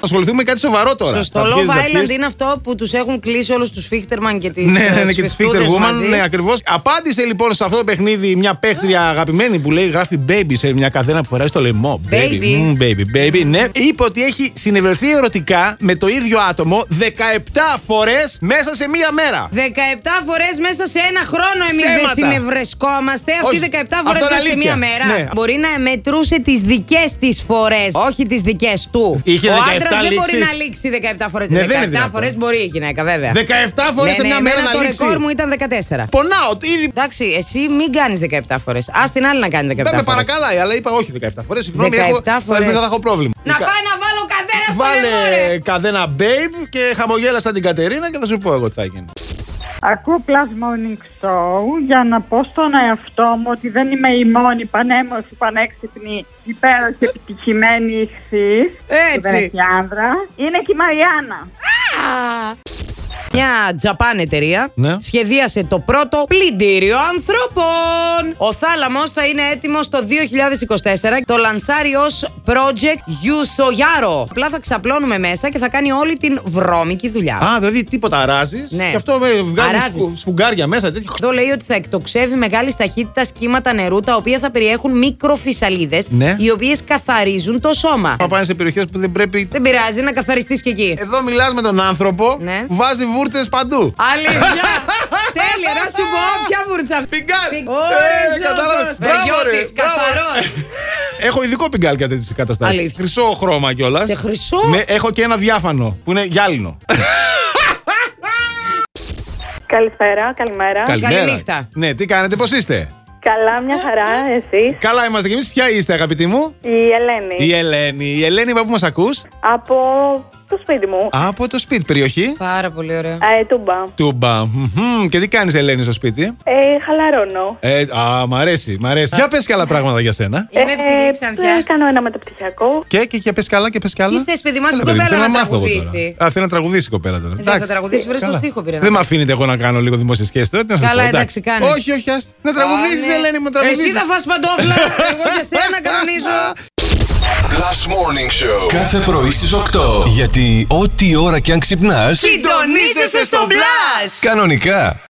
Ασχοληθούμε με κάτι σοβαρό τώρα. Στο Θα βγεις Love να Island πεις- είναι αυτό που τους έχουν κλείσει όλους τους Φίχτερμαν και ε, τις. Ναι, ναι, ναι, και τη Speaker Woman. Ναι, ακριβώς. Απάντησε λοιπόν σε αυτό το παιχνίδι μια παίχτρια αγαπημένη που λέει γράφει baby σε μια καθένα που φοράει στο λαιμό. Baby. Mm, baby, baby, ναι. Είπε ότι έχει συνευρεθεί ερωτικά με το ίδιο άτομο 17 φορές μέσα σε μία μέρα. 17 φορές μέσα σε ένα χρόνο εμείς δεν Ψέματα. συνευρεσκόμαστε. Αυτή Όχι. 17 φορέ Αυτό είναι μέσα σε αλήθεια. μία μέρα. Ναι. Μπορεί να μετρούσε τις δικές της φορές, όχι τις δικές του. Είχε Ο 17 άντρα δεν μπορεί λήξεις. να λήξει 17 φορές. Ναι, δεν είναι 17 δυνατόν. φορές μπορεί η γυναίκα, βέβαια. 17 φορές Ναι, σε ναι, μία μέρα εμένα να το λήξει. ρεκόρ μου ήταν 14. Πονάω, ότι ήδη. Εντάξει, εσύ μην κάνεις 17 φορές. Ας την άλλη να κάνει 17 Δεν με φορές. παρακαλάει, αλλά είπα όχι 17 φορές. Συγγνώμη, έχω. 17 φορές. μετά θα έχω πρόβλημα. Να πάει να βάλω καθένα στο λαιμό, ρε. Βάλε καδένα babe και χαμογέλασα την Κατερίνα και θα σου πω εγώ τι θα γίνει. Ακούω Plus Morning Show για να πω στον εαυτό μου ότι δεν είμαι η μόνη πανέμορφη, πανέξυπνη, υπέροχη, επιτυχημένη ηχθής που δεν Έτσι. έχει άνδρα. Είναι και η Μαριάννα. Μια τζαπάν εταιρεία Ναι. σχεδίασε το πρώτο πλυντήριο ανθρώπων. Ο θάλαμος θα είναι έτοιμος το 2024. Το λανσάρει ως Project Yusoyaro. Απλά θα ξαπλώνουμε μέσα και θα κάνει όλη την βρώμικη δουλειά. Α, δηλαδή τίποτα αράζεις. Ναι. Και αυτό με βγάζει Αράζεις. σφου- σφουγγάρια μέσα. Τέτοιο. Εδώ λέει ότι θα εκτοξεύει μεγάλης ταχύτητας κύματα νερού τα οποία θα περιέχουν μικροφυσαλίδες Ναι. οι οποίες καθαρίζουν το σώμα. Θα πάνε σε περιοχές που δεν πρέπει. Δεν πειράζει να καθαριστείς και εκεί. Εδώ μιλάς με τον άνθρωπο Ναι. που βάζει βούρτσες παντού. Αλήθεια! Τέλεια, να σου πω ποια βούρτσα αυτή. Πιγκάλ! Πι- Ε, Ωρε, κατάλαβες. Ζώκος, Μπράβο, ρε, Βεριώτης, μπράβο. καθαρός. Έχω ειδικό πιγκάλ για τέτοιες καταστάσεις. Αλήθεια. Χρυσό χρώμα κιόλας. Σε χρυσό? Ναι, έχω και ένα διάφανο που είναι γυάλινο. Καλησπέρα, καλημέρα. καληνύχτα. Ναι, τι κάνετε, πώς είστε. Καλά, μια χαρά, εσείς. Καλά είμαστε κι εμείς. Ποια είστε, αγαπητοί μου. Η Ελένη. Η Ε- Ελένη. Η Ελένη, είπα που μας ακούς. Από το σπίτι μου. Από το σπίτι, περιοχή. Πάρα πολύ ωραίο. Ε, τούμπα. Τούμπα. Μμμ. Και τι κάνεις, Ελένη, στο σπίτι. Ε, χαλαρώνω. Ε, α, μ' αρέσει, μ' αρέσει. Για πες και άλλα πράγματα για σένα. Είμαι ψηλή ε, ξανθιά. κάνω ένα μεταπτυχιακό. Και, και, και πες και άλλα και πες και άλλα. Τι θες, παιδί μου, ας Έλα, την παιδί μου, κοπέλα θέλω να μάθω εγώ τώρα. τραγουδήσει. Ε, Α, θέλει να τραγουδήσει η κοπέλα τώρα. Δεν θα τραγουδήσεις, βρες το στίχο πήρε. Δεν με αφήνετε εγώ να κάνω λίγο δημόσια σχέση τώρα. Τι να σας Καλά, πω, εντάξει, κάνε. Όχι, όχι, ας. Ε, Να τραγουδήσεις, Ελένη, μου να τραγουδήσεις. Εσύ θα φας παντόφλα, εγώ για σένα κανονίζω. Last Morning Show. Κάθε πρωί στις 8. Γιατί ό,τι ώρα κι αν ξυπνάς, Συντονίζεσαι στο μπλα! κανονικά.